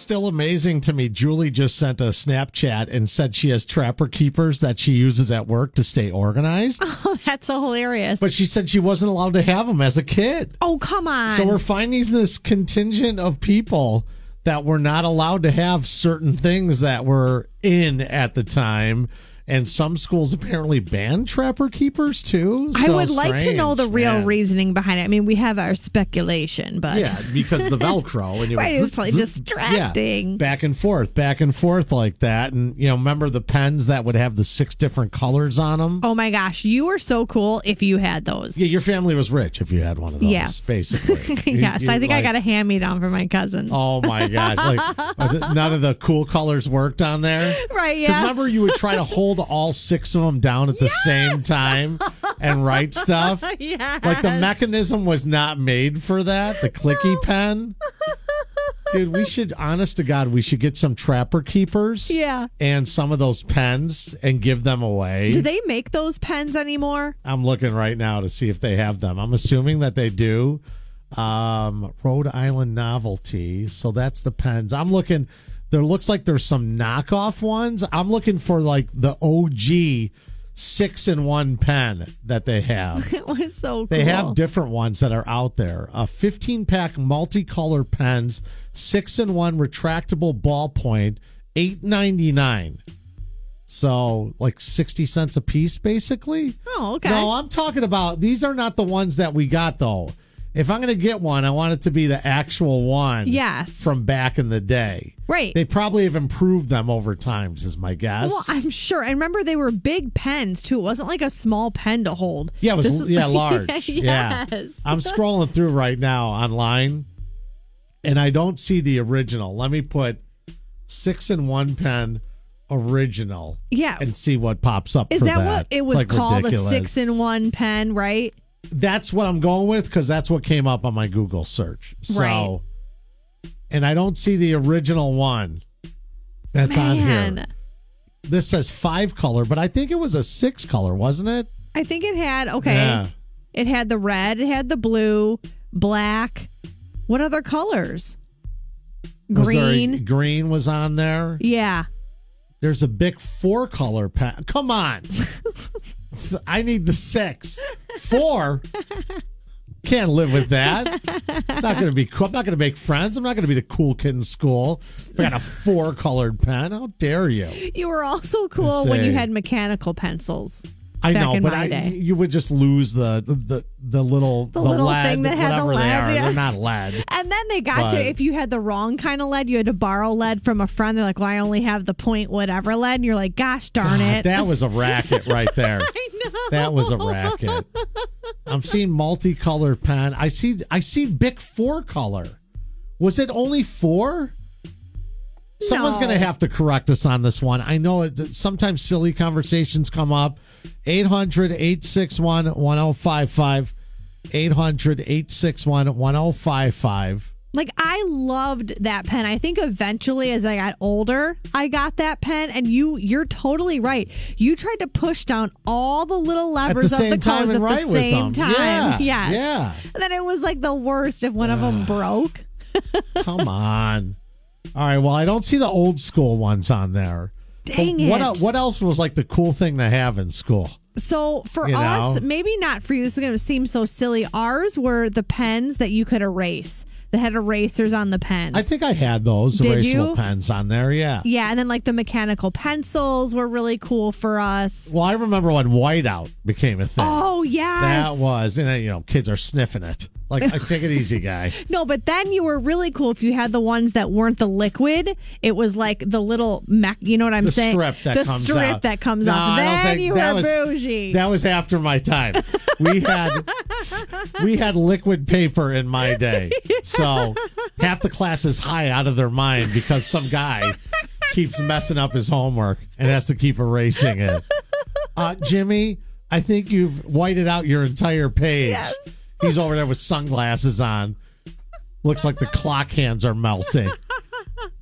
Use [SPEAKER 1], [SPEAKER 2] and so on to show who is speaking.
[SPEAKER 1] Still amazing to me. Julie just sent a Snapchat and said she has trapper keepers that she uses at work to stay organized.
[SPEAKER 2] Oh, that's hilarious.
[SPEAKER 1] But she said she wasn't allowed to have them as a kid.
[SPEAKER 2] oh, come on.
[SPEAKER 1] So we're finding this contingent of people that were not allowed to have certain things that were in at the time. And some schools apparently banned trapper keepers too.
[SPEAKER 2] I
[SPEAKER 1] So
[SPEAKER 2] would like to know the
[SPEAKER 1] strange,
[SPEAKER 2] real
[SPEAKER 1] man.
[SPEAKER 2] reasoning behind it. I mean, we have our speculation, but
[SPEAKER 1] Yeah, because the Velcro and it
[SPEAKER 2] Right,
[SPEAKER 1] was
[SPEAKER 2] it was probably distracting.
[SPEAKER 1] Yeah, back and forth, back and forth like that, and you know, remember the pens that would have the six different colors on them.
[SPEAKER 2] oh my gosh, you were so cool if you had those.
[SPEAKER 1] Yeah, your family was rich if you had one of those.
[SPEAKER 2] Yes.
[SPEAKER 1] basically. You-
[SPEAKER 2] yes,
[SPEAKER 1] you
[SPEAKER 2] I think I
[SPEAKER 1] like-
[SPEAKER 2] got a hand me down from my cousins.
[SPEAKER 1] Oh my gosh! Like none of the cool colors worked on there.
[SPEAKER 2] Right,
[SPEAKER 1] Because
[SPEAKER 2] yeah.
[SPEAKER 1] remember, you would try to hold all six of them down at the same time and write stuff.
[SPEAKER 2] Yes.
[SPEAKER 1] Like the mechanism was not made for that. The clicky pen. Dude, we should, honest to God, we should get some trapper keepers.
[SPEAKER 2] Yeah.
[SPEAKER 1] And some of those pens and give them away.
[SPEAKER 2] Do they make those pens anymore?
[SPEAKER 1] I'm looking right now to see if they have them. I'm assuming that they do. Um, Rhode Island novelty. So that's the pens. I'm looking. There looks like there's some knockoff ones. I'm looking for like the OG six in one pen that they have.
[SPEAKER 2] It was so cool.
[SPEAKER 1] They have different ones that are out there. A 15 pack multicolor pens, six in one retractable ballpoint, eight ninety nine. So like sixty cents a piece, basically.
[SPEAKER 2] Oh, okay.
[SPEAKER 1] No, I'm talking about these are not the ones that we got though. If I'm going to get one, I want it to be the actual one.
[SPEAKER 2] Yes.
[SPEAKER 1] From back in the day.
[SPEAKER 2] Right.
[SPEAKER 1] They probably have improved them over times, is my guess.
[SPEAKER 2] well, I'm sure. And remember, they were big pens too. It wasn't like a small pen to hold.
[SPEAKER 1] Yeah, it was
[SPEAKER 2] This is-
[SPEAKER 1] yeah, large.
[SPEAKER 2] yes.
[SPEAKER 1] Yeah. I'm scrolling through right now online and I don't see the original. Let me put six in one pen original
[SPEAKER 2] Yeah.
[SPEAKER 1] and see what pops up
[SPEAKER 2] Is
[SPEAKER 1] for
[SPEAKER 2] that,
[SPEAKER 1] that.
[SPEAKER 2] what it
[SPEAKER 1] It's,
[SPEAKER 2] was
[SPEAKER 1] like,
[SPEAKER 2] called?
[SPEAKER 1] ridiculous.
[SPEAKER 2] A six in one pen, right?
[SPEAKER 1] That's what I'm going with because that's what came up on my Google search. So
[SPEAKER 2] Right.
[SPEAKER 1] and I don't see the original one that's on here.
[SPEAKER 2] Man,
[SPEAKER 1] This says five color, but I think it was a six color, wasn't it?
[SPEAKER 2] I think it had okay.
[SPEAKER 1] Yeah.
[SPEAKER 2] It had the red. It had the blue, black. What other colors?
[SPEAKER 1] Was there a-
[SPEAKER 2] Green.
[SPEAKER 1] green was on there.
[SPEAKER 2] Yeah.
[SPEAKER 1] There's a big four color pack. Come on. I need the six. Four? Can't live with that. Not gonna be cool. I'm not gonna make friends. I'm not gonna be the cool kid in school. If I got a four colored pen. How dare you?
[SPEAKER 2] You were also cool when
[SPEAKER 1] say-
[SPEAKER 2] you had mechanical pencils.
[SPEAKER 1] I
[SPEAKER 2] Back
[SPEAKER 1] know,
[SPEAKER 2] in
[SPEAKER 1] but
[SPEAKER 2] my
[SPEAKER 1] I,
[SPEAKER 2] day.
[SPEAKER 1] you would just lose the the the little the,
[SPEAKER 2] little
[SPEAKER 1] lead,
[SPEAKER 2] thing that had the
[SPEAKER 1] whatever they
[SPEAKER 2] lead,
[SPEAKER 1] are.
[SPEAKER 2] yeah.
[SPEAKER 1] They're not lead.
[SPEAKER 2] And then they got
[SPEAKER 1] But-
[SPEAKER 2] you if you had the wrong kind of lead, you had to borrow lead from a friend. They're like, Well, I only have the point whatever lead and you're like, gosh darn it.
[SPEAKER 1] That was a racket right there.
[SPEAKER 2] I know.
[SPEAKER 1] That was a racket. I'm seeing multicolored pen. I see. I see big four color. Was it only four? Someone's
[SPEAKER 2] No.
[SPEAKER 1] going to have to correct us on this one. I know it, sometimes silly conversations come up. 800 861 1055. 800 861 1055.
[SPEAKER 2] Like I loved that pen. I think eventually as I got older, I got that pen and you you're totally right. You tried to push down all the little levers of
[SPEAKER 1] same
[SPEAKER 2] the
[SPEAKER 1] time
[SPEAKER 2] colors
[SPEAKER 1] and
[SPEAKER 2] at
[SPEAKER 1] write
[SPEAKER 2] the
[SPEAKER 1] with them.
[SPEAKER 2] same time.
[SPEAKER 1] Yeah,
[SPEAKER 2] Yes.
[SPEAKER 1] yeah.
[SPEAKER 2] And then it was like the worst if one of them broke.
[SPEAKER 1] Come on. All right. Well, I don't see the old school ones on there.
[SPEAKER 2] Dang
[SPEAKER 1] But What,
[SPEAKER 2] it.
[SPEAKER 1] el- what else was like the cool thing to have in school?
[SPEAKER 2] So for
[SPEAKER 1] You know?
[SPEAKER 2] us, maybe not for you. This is going to seem so silly. Ours were the pens that you could erase. That had erasers on the pens.
[SPEAKER 1] I think I had those
[SPEAKER 2] Did
[SPEAKER 1] erasable
[SPEAKER 2] you?
[SPEAKER 1] pens on there. Yeah.
[SPEAKER 2] yeah, and then like the mechanical pencils were really cool for us.
[SPEAKER 1] Well, I remember when whiteout became a thing.
[SPEAKER 2] Oh yes,
[SPEAKER 1] that was, and then, you know, kids are sniffing it. Like, like take it easy, guy.
[SPEAKER 2] no. But then you were really cool if you had the ones that weren't the liquid. It was like the little mech. You know what I'm
[SPEAKER 1] The
[SPEAKER 2] saying?
[SPEAKER 1] strip that
[SPEAKER 2] the
[SPEAKER 1] comes
[SPEAKER 2] strip
[SPEAKER 1] out.
[SPEAKER 2] that comes
[SPEAKER 1] No,
[SPEAKER 2] off.
[SPEAKER 1] I don't
[SPEAKER 2] Then
[SPEAKER 1] think
[SPEAKER 2] you
[SPEAKER 1] that
[SPEAKER 2] were
[SPEAKER 1] was-
[SPEAKER 2] bougie.
[SPEAKER 1] That was after my time. We had we had liquid paper in my day, so half the class is high out of their mind because some guy keeps messing up his homework and has to keep erasing it. Uh, Jimmy, I think you've whited out your entire page. He's over there with sunglasses on. Looks like the clock hands are melting.